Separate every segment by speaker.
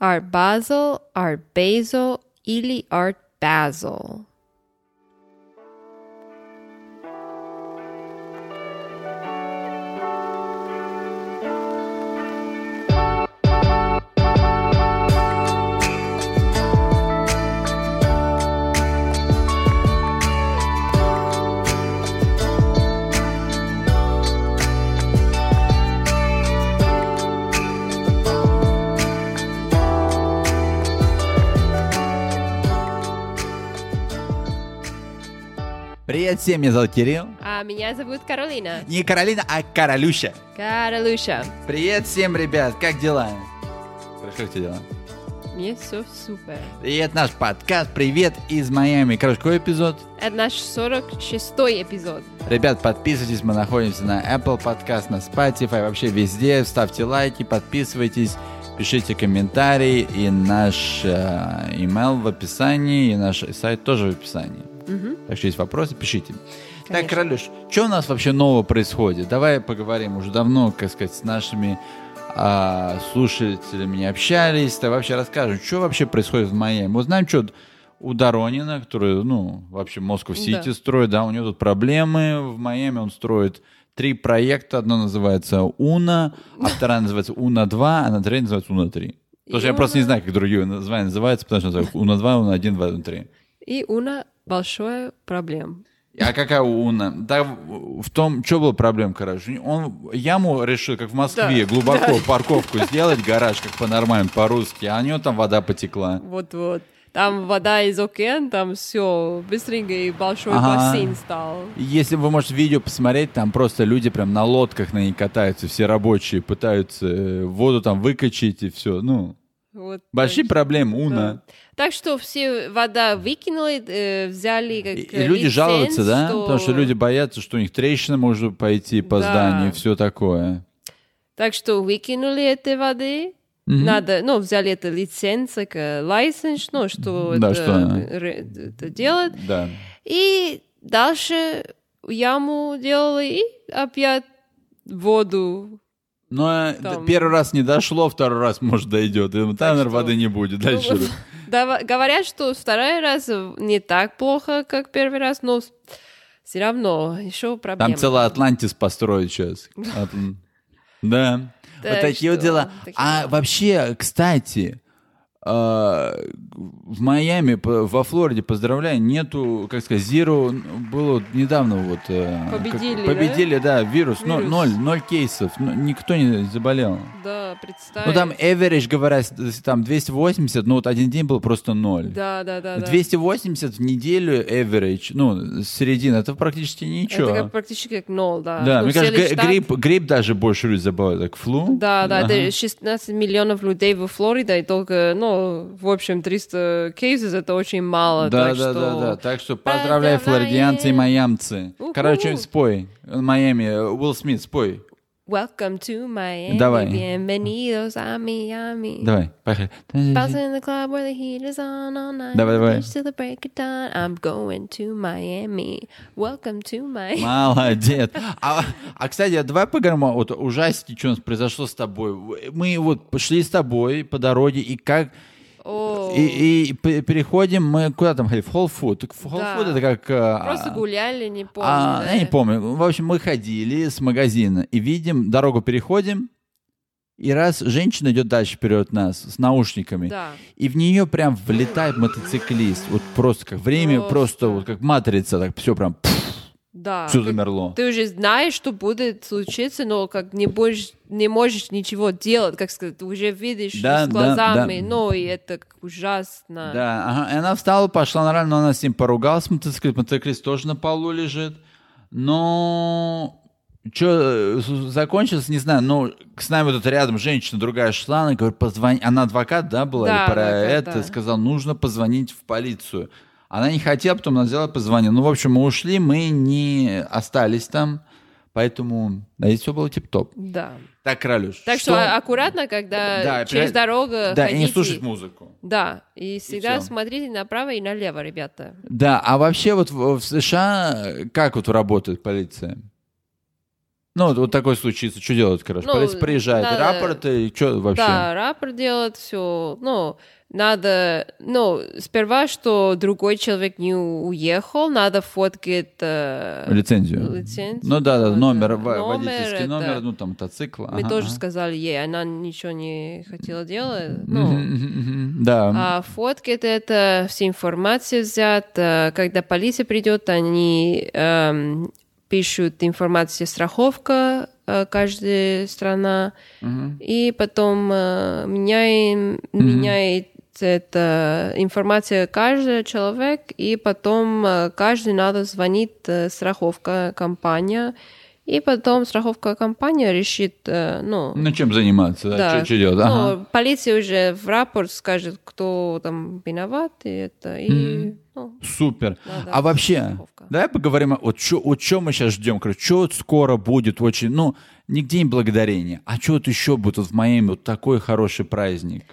Speaker 1: Art Basel, Art Basel или Art Basel.
Speaker 2: Привет всем, меня зовут Кирилл.
Speaker 1: А меня зовут Каролина.
Speaker 2: Не Каролина, а Королюша.
Speaker 1: Каролюша.
Speaker 2: Привет всем, ребят, как дела? Хорошо, как тебе дела?
Speaker 1: Мне все супер.
Speaker 2: Привет, наш подкаст, привет из Майами. Короче, какой эпизод?
Speaker 1: Это наш 46 эпизод.
Speaker 2: Ребят, подписывайтесь, мы находимся на Apple Podcast, на Spotify, вообще везде. Ставьте лайки, подписывайтесь, пишите комментарии. И наш э, email в описании, и наш сайт тоже в описании. Так что есть вопросы, пишите. Так,
Speaker 1: Конечно.
Speaker 2: Королюш, что у нас вообще нового происходит? Давай поговорим. Уже давно, как сказать, с нашими а, слушателями не общались. Да вообще расскажем, что вообще происходит в Майами. Мы знаем, что у Доронина, который, ну, вообще Москва-Сити
Speaker 1: Да.
Speaker 2: строит, да, у него тут проблемы. В Майами он строит три проекта. Одно называется «Уна», а вторая называется «Уна-2», а на третья называется «Уна-3». Потому что я
Speaker 1: И
Speaker 2: просто не
Speaker 1: «Уна».
Speaker 2: знаю, как другие названия называются, потому что называют «Уна-2», «Уна-1», «Уна-3».
Speaker 1: И Уна большое проблем.
Speaker 2: А какая у Уна? Да в в том, что была проблема, короче. Он яму решил, как в Москве, глубоко парковку сделать, гараж, как по-нормальному, по-русски, а у него там вода потекла.
Speaker 1: Вот-вот. Там вода из океан, там все быстренько и большой
Speaker 2: Ага.
Speaker 1: бассейн стал.
Speaker 2: И Если вы можете видео посмотреть, там просто люди прям на лодках на ней катаются, все рабочие пытаются э, воду там выкачать и все. Ну,
Speaker 1: Вот
Speaker 2: большие
Speaker 1: так.
Speaker 2: проблемы, Уна.
Speaker 1: Да. Так что все вода выкинули, э, взяли как
Speaker 2: И, и
Speaker 1: э,
Speaker 2: люди
Speaker 1: лиценз,
Speaker 2: жалуются, да? Потому что люди боятся, что у них трещина может пойти по
Speaker 1: Да.
Speaker 2: зданию и все такое.
Speaker 1: Так что выкинули этой воды.
Speaker 2: Мгм.
Speaker 1: Надо, ну, взяли это лиценз, как э, license, ну, что,
Speaker 2: Да,
Speaker 1: это,
Speaker 2: что она-
Speaker 1: ре- это делать.
Speaker 2: Да.
Speaker 1: И дальше яму делали и опять воду.
Speaker 2: Но
Speaker 1: Там.
Speaker 2: Ну, а первый раз не дошло, второй раз, может, дойдет. Там, наверное,
Speaker 1: что-
Speaker 2: воды не будет дальше.
Speaker 1: Ну, дава- говорят, что второй раз не так плохо, как первый раз, но все равно еще проблема.
Speaker 2: Там целый Атлантис построить сейчас. Атл- Да.
Speaker 1: Так
Speaker 2: Вот такие вот
Speaker 1: что,
Speaker 2: дела.
Speaker 1: такие
Speaker 2: А вообще, кстати, э, в Майами, п- во Флориде, поздравляю, нету, как сказать, Zero было недавно вот... э, как-
Speaker 1: Победили, да?
Speaker 2: Победили, да, вирус. Но-
Speaker 1: Вирус.
Speaker 2: Ноль, ноль кейсов. Ну, Никто не заболел.
Speaker 1: Да, представь.
Speaker 2: Ну, там average, говорят, там 280, ну, вот один день был просто ноль.
Speaker 1: Да, да, да. да.
Speaker 2: 280 в неделю average, ну, середина, это практически ничего.
Speaker 1: Это как практически как нол, да.
Speaker 2: а? Да,
Speaker 1: Ну,
Speaker 2: мне
Speaker 1: все
Speaker 2: кажется, г-
Speaker 1: лишь так.
Speaker 2: грипп, грипп даже больше люди забывают, так флу.
Speaker 1: Да, да,
Speaker 2: Ага.
Speaker 1: это 16 миллионов людей во Флориде, и только, ну, в общем, 300 кейсов, это очень мало.
Speaker 2: Да,
Speaker 1: так
Speaker 2: да,
Speaker 1: что...
Speaker 2: да, да. Так что поздравляю,
Speaker 1: Поздравляем.
Speaker 2: флоридианцы и майамцы.
Speaker 1: У-ху.
Speaker 2: Короче, спой. Майами, э, Уилл Смит, спой.
Speaker 1: Welcome to Miami.
Speaker 2: Давай.
Speaker 1: Bienvenidos a Miami.
Speaker 2: Давай, поехали.
Speaker 1: Bouncing in the club where the heat is on all night.
Speaker 2: Давай, давай.
Speaker 1: Bitch till the break of dawn. I'm going to Miami. Welcome to Miami.
Speaker 2: Молодец. А, а, кстати, а давай поговорим о- вот ужасике, что у нас произошло с тобой. Мы вот пошли с тобой по дороге, и как...
Speaker 1: О,
Speaker 2: И, и пе- переходим мы куда там ходили? В Whole Food. Так в Whole
Speaker 1: Да.
Speaker 2: Food это как... э,
Speaker 1: Просто
Speaker 2: а,
Speaker 1: гуляли, не помню.
Speaker 2: а,
Speaker 1: да.
Speaker 2: я не помню. В общем, мы ходили с магазина и видим, дорогу переходим, и раз женщина идет дальше вперед нас с наушниками,
Speaker 1: Да.
Speaker 2: и в нее прям влетает мотоциклист. Вот просто как время,
Speaker 1: Просто.
Speaker 2: просто вот как матрица, так все прям
Speaker 1: Да.
Speaker 2: все
Speaker 1: А, Как-
Speaker 2: замерло.
Speaker 1: Ты уже знаешь, что будет случиться, но как не будешь, не можешь ничего делать, как сказать, ты уже видишь
Speaker 2: Да,
Speaker 1: с
Speaker 2: да, да.
Speaker 1: глазами, ну и это как ужасно.
Speaker 2: Да, ага. И она встала, пошла на но она с ним поругалась, мотоциклист, мотоциклист тоже на полу лежит. Но что закончилось, не знаю, но с нами вот тут рядом женщина другая шла, она говорит, позвони, она адвокат, да, была,
Speaker 1: Да,
Speaker 2: или про
Speaker 1: адвокат,
Speaker 2: это,
Speaker 1: да.
Speaker 2: сказала, нужно позвонить в полицию. Она не хотела, потом она взяла и позвонила. Ну, в общем, мы ушли, мы не остались там, поэтому, надеюсь, все было тип-топ.
Speaker 1: Да.
Speaker 2: Так, Кралюш,
Speaker 1: Так что, а- аккуратно, когда
Speaker 2: Да,
Speaker 1: через
Speaker 2: опять-
Speaker 1: дорогу
Speaker 2: Да, и не
Speaker 1: ходите.
Speaker 2: слушать музыку.
Speaker 1: Да, и всегда
Speaker 2: всё.
Speaker 1: смотрите направо и налево, ребята.
Speaker 2: Да, а вообще вот в, в США э, как вот работает полиция? Ну, вот такой случится, что делать, короче?
Speaker 1: Ну,
Speaker 2: Полиция приезжает,
Speaker 1: да, да.
Speaker 2: рапорт и что вообще?
Speaker 1: Да, рапорт делает все. Ну, надо, ну, сперва, что другой человек не у- уехал, надо фоткать э,
Speaker 2: Лицензию.
Speaker 1: лицензию.
Speaker 2: Ну да, да,
Speaker 1: Вот,
Speaker 2: номер,
Speaker 1: э,
Speaker 2: во- водительский
Speaker 1: это.
Speaker 2: номер, ну там мотоцикл.
Speaker 1: Мы
Speaker 2: ага,
Speaker 1: тоже
Speaker 2: ага.
Speaker 1: сказали ей, она ничего не хотела делать. Ну,
Speaker 2: Мгм, мгм, мгм. Да.
Speaker 1: А фотки это, это все информация взят. э, Когда полиция придет, они эм, пишут информацию страховка э, каждая страна,
Speaker 2: Мгм.
Speaker 1: и потом э, меняем,
Speaker 2: Мгм.
Speaker 1: меняет эта информация каждый человек, и потом э, каждый надо звонить э, страховка компания, и потом страховка компания решит, э, ну,
Speaker 2: Ну, чем заниматься, да,
Speaker 1: да.
Speaker 2: что делать? Ага.
Speaker 1: ну, полиция уже в рапорт скажет, кто там виноват, и это, и,
Speaker 2: Мгм.
Speaker 1: ну,
Speaker 2: Супер.
Speaker 1: надо
Speaker 2: А вообще,
Speaker 1: страховка.
Speaker 2: давай поговорим, о- вот что вот чё мы сейчас ждем, короче, что вот скоро будет очень, ну, не день благодарения, а что вот еще будет вот в Майами, вот такой хороший праздник.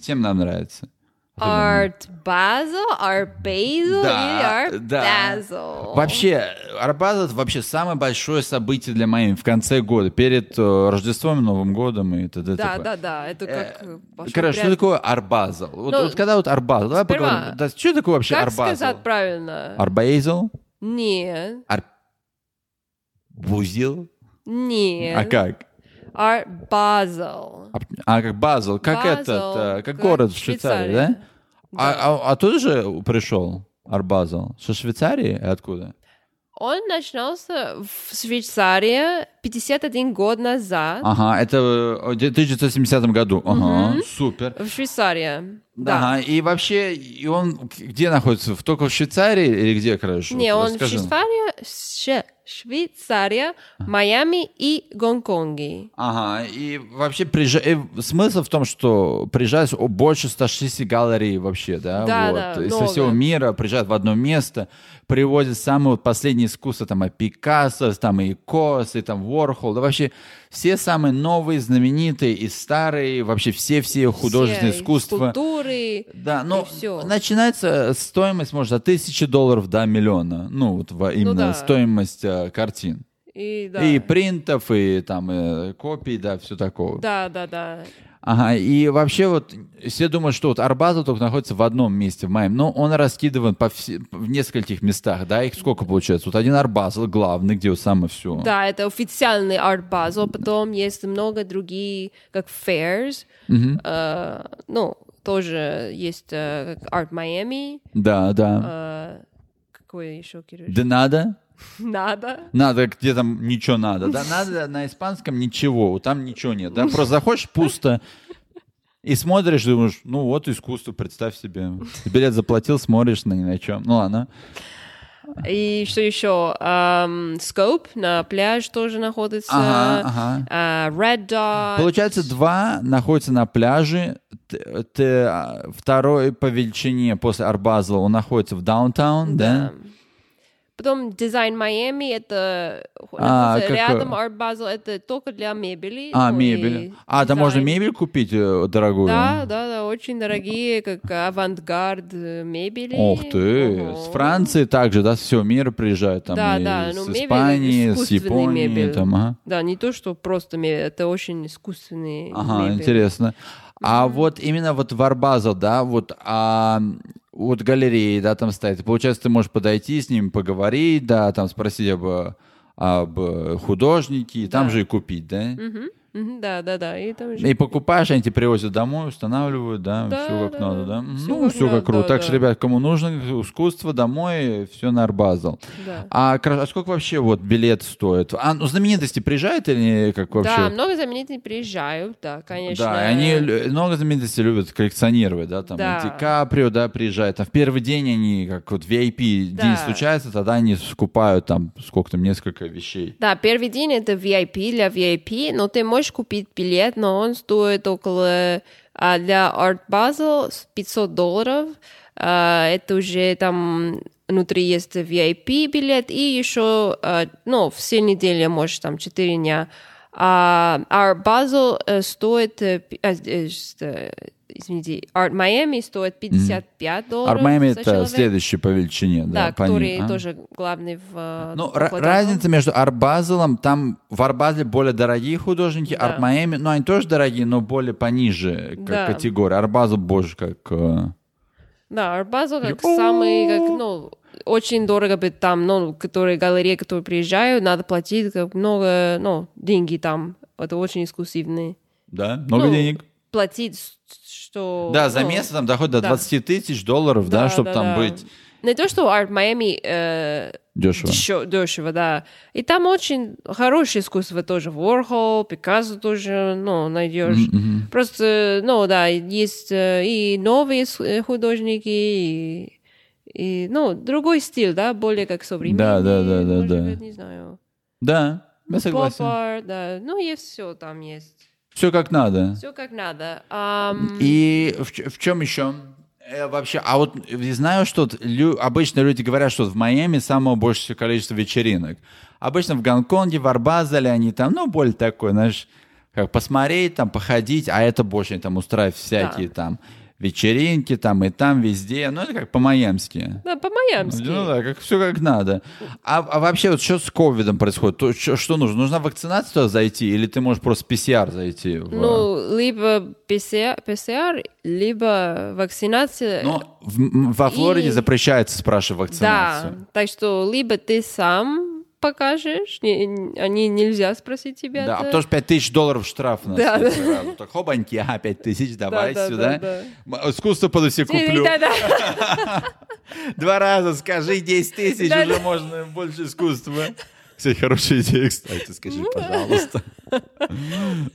Speaker 2: Всем нам нравится. Особенно
Speaker 1: Арт Базо, Арт Бейзо
Speaker 2: Да,
Speaker 1: или Арт
Speaker 2: да.
Speaker 1: Базо?
Speaker 2: мне. Вообще, Арбаз это вообще самое большое событие для Майами в конце года, перед э, Рождеством, Новым годом и т.д.
Speaker 1: Да,
Speaker 2: т.п.
Speaker 1: да, да, это как...
Speaker 2: Э,
Speaker 1: пошёл
Speaker 2: Короче, что
Speaker 1: прям-
Speaker 2: такое Арбазал? Вот,
Speaker 1: Ну,
Speaker 2: вот когда вот Арбазал, давай
Speaker 1: сперва,
Speaker 2: поговорим. Да, что такое вообще
Speaker 1: Как
Speaker 2: Арбазал?
Speaker 1: сказать правильно?
Speaker 2: Арбазал?
Speaker 1: Не,
Speaker 2: Бузил?
Speaker 1: не.
Speaker 2: А как?
Speaker 1: Арт Базел.
Speaker 2: А, а как Базел, как
Speaker 1: Базел,
Speaker 2: этот, э, как,
Speaker 1: как
Speaker 2: город в Швейцарии, да?
Speaker 1: Швейцария.
Speaker 2: А, а- а тут же пришел Арбазел? Со Швейцарии? Откуда?
Speaker 1: Он начинался в Швейцарии 51 год назад.
Speaker 2: Ага, это э, в 1970 году. Ага, супер.
Speaker 1: В Швейцарии.
Speaker 2: Да. Ага, и вообще, и он к- где находится? В- Только в Швейцарии или где, короче?
Speaker 1: Не,
Speaker 2: Вот
Speaker 1: он
Speaker 2: расскажи
Speaker 1: в
Speaker 2: нам.
Speaker 1: Швейцарии, Ше- Швейцария, Майами и Гонконге.
Speaker 2: Ага, и вообще приезжа- э, смысл в том, что приезжают о- больше 160 галерей вообще, да?
Speaker 1: Да,
Speaker 2: вот.
Speaker 1: да,
Speaker 2: И со
Speaker 1: много.
Speaker 2: всего мира приезжают в одно место, привозят самые вот последние искусства, там и Пикассо, там и Кос, и там Уорхол, да вообще все самые новые, знаменитые и старые, вообще все-все художественные
Speaker 1: Все, и
Speaker 2: искусства.
Speaker 1: Скульптуры.
Speaker 2: Да, но
Speaker 1: всё.
Speaker 2: начинается стоимость, может, от тысячи долларов до миллиона. Ну, вот во- именно
Speaker 1: да.
Speaker 2: стоимость э, картин.
Speaker 1: И, да.
Speaker 2: И принтов, и там э, копий, да, все такого.
Speaker 1: да, да, да.
Speaker 2: Ага, и вообще вот все думают, что вот Арбаза только находится в одном месте в Майами, но он раскидыван по все- в нескольких местах, да, их сколько получается? Вот один Арбазл главный, где вот самое все.
Speaker 1: Да, это официальный арт-базл. Потом есть много других, как fairs. Э, ну, тоже есть э, как арт Майами.
Speaker 2: Да, да.
Speaker 1: Э, какое еще, Кирюш?
Speaker 2: Да надо?
Speaker 1: Надо.
Speaker 2: Надо, где там ничего надо. Да надо на испанском ничего, вот там ничего нет. Да? Просто заходишь пусто и смотришь, думаешь, ну вот искусство, представь себе. Билет заплатил, смотришь на ни на чем. Ну ладно.
Speaker 1: Э, И что еще? Скоп на пляж тоже находится.
Speaker 2: Ага, ага.
Speaker 1: Э, Red Dot.
Speaker 2: Получается, два находятся на пляже. Т- т- а, второй по величине после Арбазла он находится в даунтаун, да?
Speaker 1: Потом дизайн Майами, это э,
Speaker 2: А,
Speaker 1: находится
Speaker 2: как,
Speaker 1: рядом
Speaker 2: э,
Speaker 1: Арт Базл, это только для мебели.
Speaker 2: А,
Speaker 1: ну, и
Speaker 2: мебель. А,
Speaker 1: дизайн.
Speaker 2: там можно мебель купить э, дорогую?
Speaker 1: Да, да, да, очень дорогие, как авангард э, мебели.
Speaker 2: Ох ты,
Speaker 1: Ого.
Speaker 2: с Франции также, да, с всего мира приезжают, там,
Speaker 1: Да,
Speaker 2: и
Speaker 1: да, ну,
Speaker 2: с
Speaker 1: мебель
Speaker 2: Испании, с
Speaker 1: искусственная
Speaker 2: Японии,
Speaker 1: мебель.
Speaker 2: там, ага.
Speaker 1: Да, не то, что просто мебель, это очень искусственные
Speaker 2: Ага,
Speaker 1: мебель.
Speaker 2: интересно. А вот именно вот в Арбаза, да, вот, а, вот галереи, да, там стоит. Получается, ты можешь подойти с ним, поговорить, да, там спросить об, э, об э, художнике, и там
Speaker 1: Да.
Speaker 2: же и купить, да?
Speaker 1: Мгм, мгм, да, да, да, и там же-
Speaker 2: И покупаешь, они тебе привозят домой, устанавливают, да,
Speaker 1: Да,
Speaker 2: все как
Speaker 1: да,
Speaker 2: надо,
Speaker 1: да.
Speaker 2: да? Мгм,
Speaker 1: Всё
Speaker 2: ну,
Speaker 1: как
Speaker 2: все как
Speaker 1: надо,
Speaker 2: круто.
Speaker 1: да,
Speaker 2: так что,
Speaker 1: да.
Speaker 2: ребят, кому нужно искусство, домой, все на Арбазал.
Speaker 1: да.
Speaker 2: А, кра- а сколько вообще вот билет стоит? А, ну, знаменитости приезжают или как вообще?
Speaker 1: Да, много знаменитых приезжают, да, конечно.
Speaker 2: Да, и они лю- много знаменитостей любят коллекционировать, да, там
Speaker 1: Да.
Speaker 2: и Ди Каприо, да, приезжает, там в первый день они, как вот VIP день
Speaker 1: Да.
Speaker 2: случается, тогда они скупают там сколько там, несколько вещей.
Speaker 1: Да, первый день это VIP для VIP, но Ну, ты можешь купить билет, но он стоит около а, для Art Basel 500 долларов. А, это уже там внутри есть VIP билет и еще, а, ну, все недели, может, там 4 дня А Art Basel э, стоит, э, пи- а, э, с- э, извините, Art Miami стоит 55 долларов
Speaker 2: Армами
Speaker 1: за
Speaker 2: это
Speaker 1: человека.
Speaker 2: следующий по величине. Да,
Speaker 1: ну, Да,
Speaker 2: по ним,
Speaker 1: который
Speaker 2: а?
Speaker 1: тоже главный в... э,
Speaker 2: Ну, ра-
Speaker 1: кладовом.
Speaker 2: разница между Арбазелом, там в Арбазеле более дорогие художники,
Speaker 1: Да.
Speaker 2: Арт Майами, ну, они тоже дорогие, но более пониже как
Speaker 1: Да.
Speaker 2: категория. Арбазел больше как... э,
Speaker 1: Да, Арбазл как
Speaker 2: О!
Speaker 1: самый, как, ну, очень дорого быть там, ну, которые галереи, которые приезжают, надо платить как много, ну, деньги там. Это очень эксклюзивные.
Speaker 2: Да? Много
Speaker 1: Ну,
Speaker 2: денег.
Speaker 1: Платить, с- что...
Speaker 2: Да, за
Speaker 1: ну,
Speaker 2: место там доходит до
Speaker 1: да.
Speaker 2: 20 тысяч долларов, да,
Speaker 1: да,
Speaker 2: чтобы
Speaker 1: да,
Speaker 2: там
Speaker 1: да.
Speaker 2: быть
Speaker 1: Не то, что Арт Майами э,
Speaker 2: дешево.
Speaker 1: дешё- дешево, да. И там очень хорошее искусство тоже. Ворхол, Пикассо тоже, ну, найдешь.
Speaker 2: Мгм.
Speaker 1: Просто, ну да, есть э, и новые с- э, художники, и, и, ну, другой стиль, да, более как современный.
Speaker 2: Да, да, да, да,
Speaker 1: может
Speaker 2: да.
Speaker 1: быть, не знаю.
Speaker 2: Да, я согласен.
Speaker 1: Поп-арт, да. Ну, есть все там есть.
Speaker 2: Все как надо.
Speaker 1: Все как надо. Ам,
Speaker 2: И в, чем еще? вообще, а вот э, знаю, что т- лю- обычно люди говорят, что в Майами самое большее всего количество вечеринок. Обычно в Гонконге, в Арбазале они там, ну, более такое, знаешь, как посмотреть, там, походить, а это больше они там устраивают всякие там вечеринки, там и там, везде. Ну, это как по-майамски.
Speaker 1: Да, по-майамски.
Speaker 2: Ну да, как, все как надо. А, а вообще, вот что с ковидом происходит? То, что, что нужно? Нужна вакцинация туда зайти, или ты можешь просто PCR зайти? в-
Speaker 1: Ну, либо PCR, PCR, либо вакцинация.
Speaker 2: Но в- м, во Флориде
Speaker 1: И-
Speaker 2: запрещается спрашивать
Speaker 1: да,
Speaker 2: вакцинацию.
Speaker 1: так что либо ты сам покажешь, не- а не- они нельзя спросить тебя.
Speaker 2: Да, а
Speaker 1: это.
Speaker 2: потому что 5 тысяч долларов штраф у нас.
Speaker 1: Да,
Speaker 2: есть сразу. Так хобаньки, а 5 тысяч, давай
Speaker 1: да, да,
Speaker 2: сюда.
Speaker 1: да.
Speaker 2: М, Искусство по все куплю.
Speaker 1: Да-да.
Speaker 2: Два раза скажи 10 тысяч,
Speaker 1: Да,
Speaker 2: уже можно больше искусства. Кстати, хорошая идея, кстати, скажи,
Speaker 1: Ну.
Speaker 2: пожалуйста.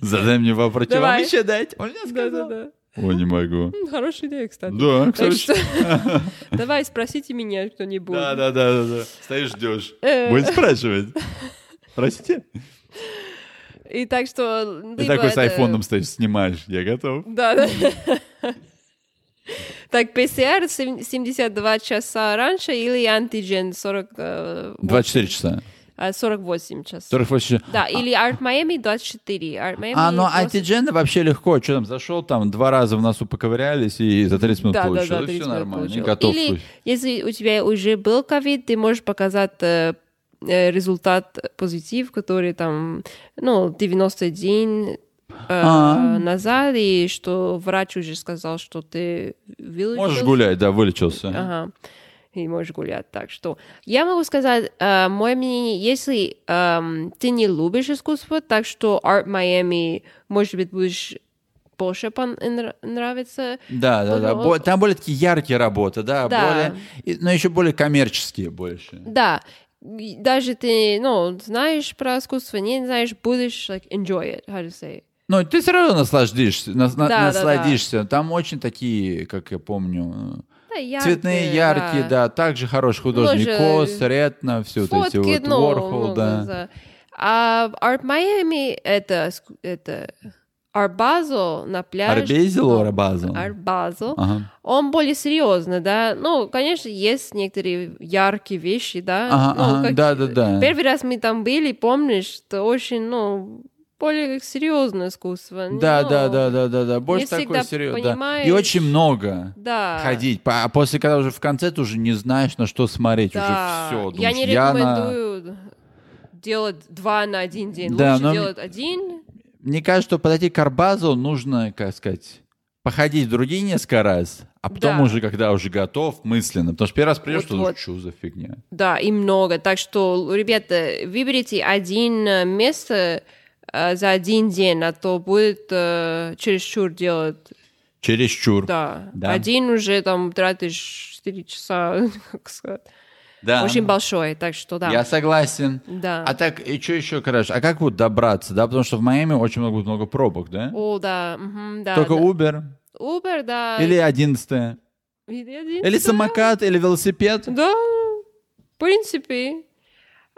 Speaker 2: Задай мне вопрос. Тебе вам
Speaker 1: Давай.
Speaker 2: еще дать? Он мне сказал.
Speaker 1: Да-да-да.
Speaker 2: О, не могу.
Speaker 1: М, Хорошая идея, кстати.
Speaker 2: Да,
Speaker 1: Так
Speaker 2: кстати.
Speaker 1: что давай спросите меня кто-нибудь.
Speaker 2: Да, да, да, да, да. Стоишь, ждешь.
Speaker 1: Э.
Speaker 2: Будет спрашивать. Простите.
Speaker 1: И так что...
Speaker 2: Ты
Speaker 1: либо
Speaker 2: такой с
Speaker 1: это-
Speaker 2: айфоном стоишь, снимаешь. Я готов.
Speaker 1: Да, да. Так, ПСР 72 часа раньше или антиген 40, э,
Speaker 2: 24 часа.
Speaker 1: а, 48 часов.
Speaker 2: 48 часа.
Speaker 1: Да, или Art Miami 24. Art Miami
Speaker 2: А, ну
Speaker 1: 20.
Speaker 2: антиджены вообще легко. Что там, зашел, там два раза в носу поковырялись и за 30 минут
Speaker 1: Да, да,
Speaker 2: получил.
Speaker 1: да,
Speaker 2: и
Speaker 1: 30
Speaker 2: все
Speaker 1: минут
Speaker 2: Ну, нормально.
Speaker 1: получил.
Speaker 2: и готов.
Speaker 1: Или
Speaker 2: слушай.
Speaker 1: если у тебя уже был ковид, ты можешь показать э, э, результат э, позитив, который там, ну, 91 э,
Speaker 2: А.
Speaker 1: назад, и что врач уже сказал, что ты вылечился.
Speaker 2: Можешь гулять, да, вылечился.
Speaker 1: Ага. И можешь гулять. Так что я могу сказать, э, мое мнение, если эм, ты не любишь искусство, так что Art Miami, может быть, будешь больше пон- нра- нравится.
Speaker 2: Да, да, да.
Speaker 1: Ну,
Speaker 2: Бо- Там более такие яркие работы, да,
Speaker 1: Да.
Speaker 2: более, и- но еще более коммерческие больше.
Speaker 1: Да, и даже ты, ну, знаешь про искусство, не знаешь, будешь, like, enjoy it, how to say.
Speaker 2: Но ты все равно насладишься, нас- на-
Speaker 1: Да, да,
Speaker 2: насладишься. Там очень такие, как я помню, э,
Speaker 1: Да, яркие,
Speaker 2: цветные, яркие, да. Также хороший художник
Speaker 1: Тоже
Speaker 2: Кос, Ретно, все вот эти
Speaker 1: Фотки,
Speaker 2: вот
Speaker 1: ну,
Speaker 2: Уорхол,
Speaker 1: ну,
Speaker 2: да.
Speaker 1: А в Арт Майами это, ск- это Арбазо на пляже.
Speaker 2: Арбезил,
Speaker 1: ну,
Speaker 2: Арбазил?
Speaker 1: Арбазо.
Speaker 2: Ага.
Speaker 1: Он более серьезный, да. Ну, конечно, есть некоторые яркие вещи, да.
Speaker 2: Ага,
Speaker 1: Ну,
Speaker 2: ага,
Speaker 1: как-
Speaker 2: да, да, да.
Speaker 1: Первый раз мы там были, помнишь, что очень, ну, более как серьезное искусство.
Speaker 2: Да,
Speaker 1: Ну,
Speaker 2: да, да, да, да, да. Больше такой
Speaker 1: всегда
Speaker 2: серьезный.
Speaker 1: понимаешь.
Speaker 2: И очень много
Speaker 1: Да.
Speaker 2: ходить. По- А после, когда уже в конце, ты уже не знаешь, на что смотреть.
Speaker 1: Да.
Speaker 2: Уже все.
Speaker 1: я не рекомендую делать два на один день.
Speaker 2: Да,
Speaker 1: Лучше
Speaker 2: но-
Speaker 1: делать один.
Speaker 2: Мне кажется, что подойти к Арбазу нужно, как сказать, походить другие несколько раз, а потом
Speaker 1: Да.
Speaker 2: уже, когда уже готов, мысленно. Потому что первый раз придешь, что
Speaker 1: Вот-вот.
Speaker 2: что за фигня.
Speaker 1: Да, и много. Так что, ребята, выберите один э, место э, за один день, а то будет э, чересчур делать.
Speaker 2: Чересчур.
Speaker 1: Да.
Speaker 2: Да.
Speaker 1: Один уже там тратишь 4 часа, как сказать.
Speaker 2: Да.
Speaker 1: Очень большой, так что да.
Speaker 2: Я согласен.
Speaker 1: Да.
Speaker 2: А так, и что еще, короче, а как вот добраться, да? Потому что в Майами очень много, много пробок, да?
Speaker 1: О, да. мгм, да
Speaker 2: Только
Speaker 1: да. А
Speaker 2: Uber
Speaker 1: Uber, да.
Speaker 2: или 11
Speaker 1: Или один.
Speaker 2: Или самокат, или велосипед.
Speaker 1: Да, в принципе.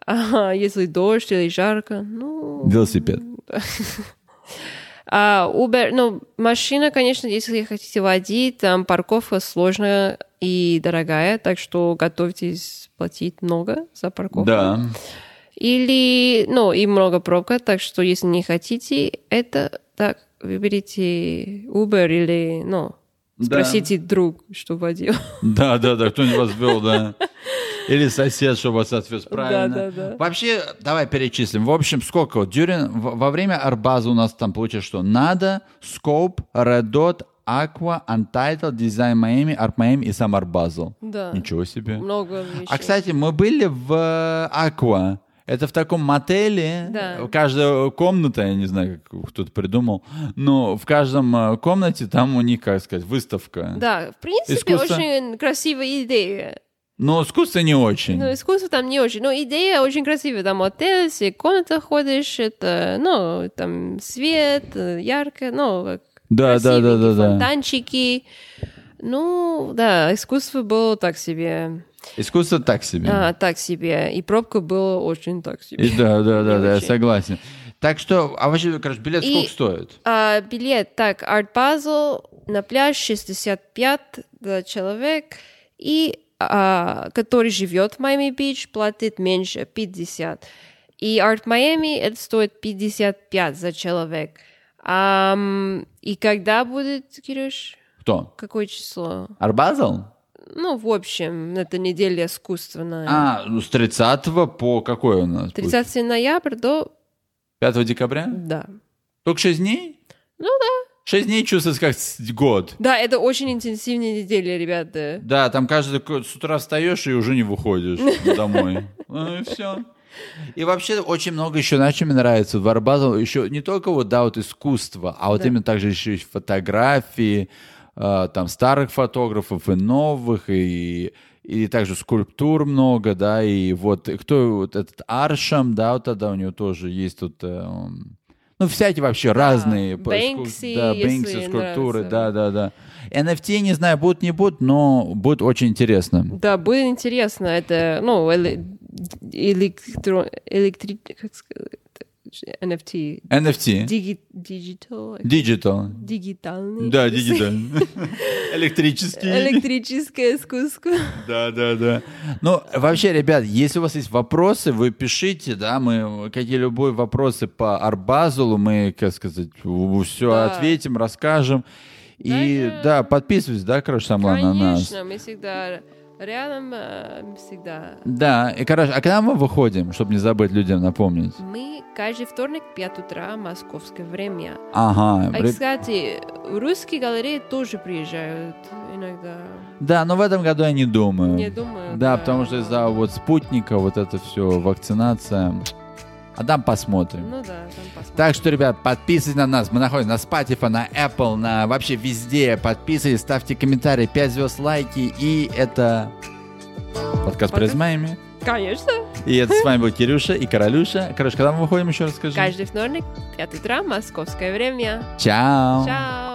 Speaker 1: А, если дождь или жарко, ну...
Speaker 2: Велосипед.
Speaker 1: А, Uber, ну, машина, конечно, если хотите водить, там парковка сложная и дорогая, так что готовьтесь платить много за парковку.
Speaker 2: Да.
Speaker 1: Или, ну, и много пробка, так что если не хотите, это так, выберите Uber или, ну,
Speaker 2: Да.
Speaker 1: спросите друг, что водил.
Speaker 2: Да, да, да, кто-нибудь вас вел, да. Или сосед, чтобы вас отвез правильно.
Speaker 1: Да, да, да.
Speaker 2: Вообще, давай перечислим. В общем, сколько? вот During, во во время Арбаза у нас там получилось, что надо, Scope, Red Dot, Aqua, Untitled, Design Miami, Art Miami и сам Арбазл.
Speaker 1: Да.
Speaker 2: Ничего себе.
Speaker 1: Много вещей.
Speaker 2: А, кстати, мы были в э, Аква. Это в таком мотеле.
Speaker 1: Да.
Speaker 2: Каждая комната, я не знаю, как кто-то придумал, но в каждом э, комнате там у них, как сказать, выставка.
Speaker 1: Да, в принципе,
Speaker 2: Искусство.
Speaker 1: очень красивая идея.
Speaker 2: Но искусство не очень.
Speaker 1: Но искусство там не очень. Но идея очень красивая. Там отель, все комната ходишь, это, ну, там свет, э, ярко, ну, как
Speaker 2: Да, да, да, да,
Speaker 1: красивенькие
Speaker 2: да.
Speaker 1: фонтанчики. Ну, да, искусство было так себе.
Speaker 2: Искусство так себе.
Speaker 1: А, так себе. И пробка была очень так себе.
Speaker 2: И да, да, да,
Speaker 1: Не
Speaker 2: да, я
Speaker 1: очень.
Speaker 2: согласен. Так что, а вообще, короче, билет
Speaker 1: И-
Speaker 2: сколько стоит?
Speaker 1: А, билет, так, Арт Базл на пляж 65 да, человек, и а, который живет в Майами-Бич, платит меньше 50. И Арт Майами это стоит 55 за человек. Ам, и когда будет, Кирюш?
Speaker 2: Кто?
Speaker 1: Какое число?
Speaker 2: Арбазл?
Speaker 1: Ну, в общем, это неделя искусственная.
Speaker 2: А, ну, с 30 по какой у нас? будет?
Speaker 1: 30 ноября до...
Speaker 2: 5 декабря?
Speaker 1: Да.
Speaker 2: Только 6 дней?
Speaker 1: Ну да.
Speaker 2: 6 дней чувствуется как с- год.
Speaker 1: Да, это очень интенсивная неделя, ребята.
Speaker 2: Да, там каждый такой- с утра встаешь и уже не выходишь домой. Ну и все. И вообще очень много еще, знаешь, что мне нравится в Арбазово, еще не только вот, да, вот искусство, а вот
Speaker 1: Да.
Speaker 2: именно также еще и фотографии, э, там старых фотографов и новых, и, и также скульптур много, да, и вот и кто вот этот Аршам, да, вот тогда у него тоже есть тут, э, м, ну, всякие вообще разные. по- ску-
Speaker 1: Бэнкси,
Speaker 2: да,
Speaker 1: если
Speaker 2: Бэнкси, скульптуры,
Speaker 1: нравится.
Speaker 2: да, да, да. NFT, не знаю, будут, не будут, но будет очень интересно.
Speaker 1: Да, будет интересно. Это, ну, эле- электро... электри... как сказать, NFT.
Speaker 2: NFT.
Speaker 1: Диги... Digital...
Speaker 2: Digital.
Speaker 1: Дигитальный.
Speaker 2: Да, дигитальный. Электрический.
Speaker 1: Электрическое искусство.
Speaker 2: Да, да, да. Ну, вообще, ребят, если у вас есть вопросы, вы пишите, да, мы какие любые вопросы по Арбазулу, мы, как сказать, все
Speaker 1: Да.
Speaker 2: ответим, расскажем. И
Speaker 1: Даже-
Speaker 2: да, подписывайтесь, да, короче, Самлан, на нас.
Speaker 1: Конечно, мы всегда рядом, э, мы всегда.
Speaker 2: Да, и, короче, а когда мы выходим, чтобы не забыть людям напомнить?
Speaker 1: Мы каждый вторник в 5 утра московское время.
Speaker 2: Ага.
Speaker 1: А,
Speaker 2: реб-
Speaker 1: кстати, в русские галереи тоже приезжают иногда.
Speaker 2: Да, но в этом году я не думаю.
Speaker 1: Не думаю.
Speaker 2: Да, потому что из-за вот спутника, вот это все, вакцинация. А там посмотрим.
Speaker 1: Ну да, там посмотрим.
Speaker 2: Так что, ребят, подписывайтесь на нас. Мы находимся на Spotify, на Apple, на вообще везде. Подписывайтесь, ставьте комментарии, 5 звезд, лайки. И это подкаст
Speaker 1: Подкаст.
Speaker 2: «Пресс Майами».
Speaker 1: Конечно.
Speaker 2: И это с вами был Кирюша и Королюша. Короче, когда мы выходим, еще расскажи.
Speaker 1: Каждый вторник, 5 утра, московское время.
Speaker 2: Чао.
Speaker 1: Чао!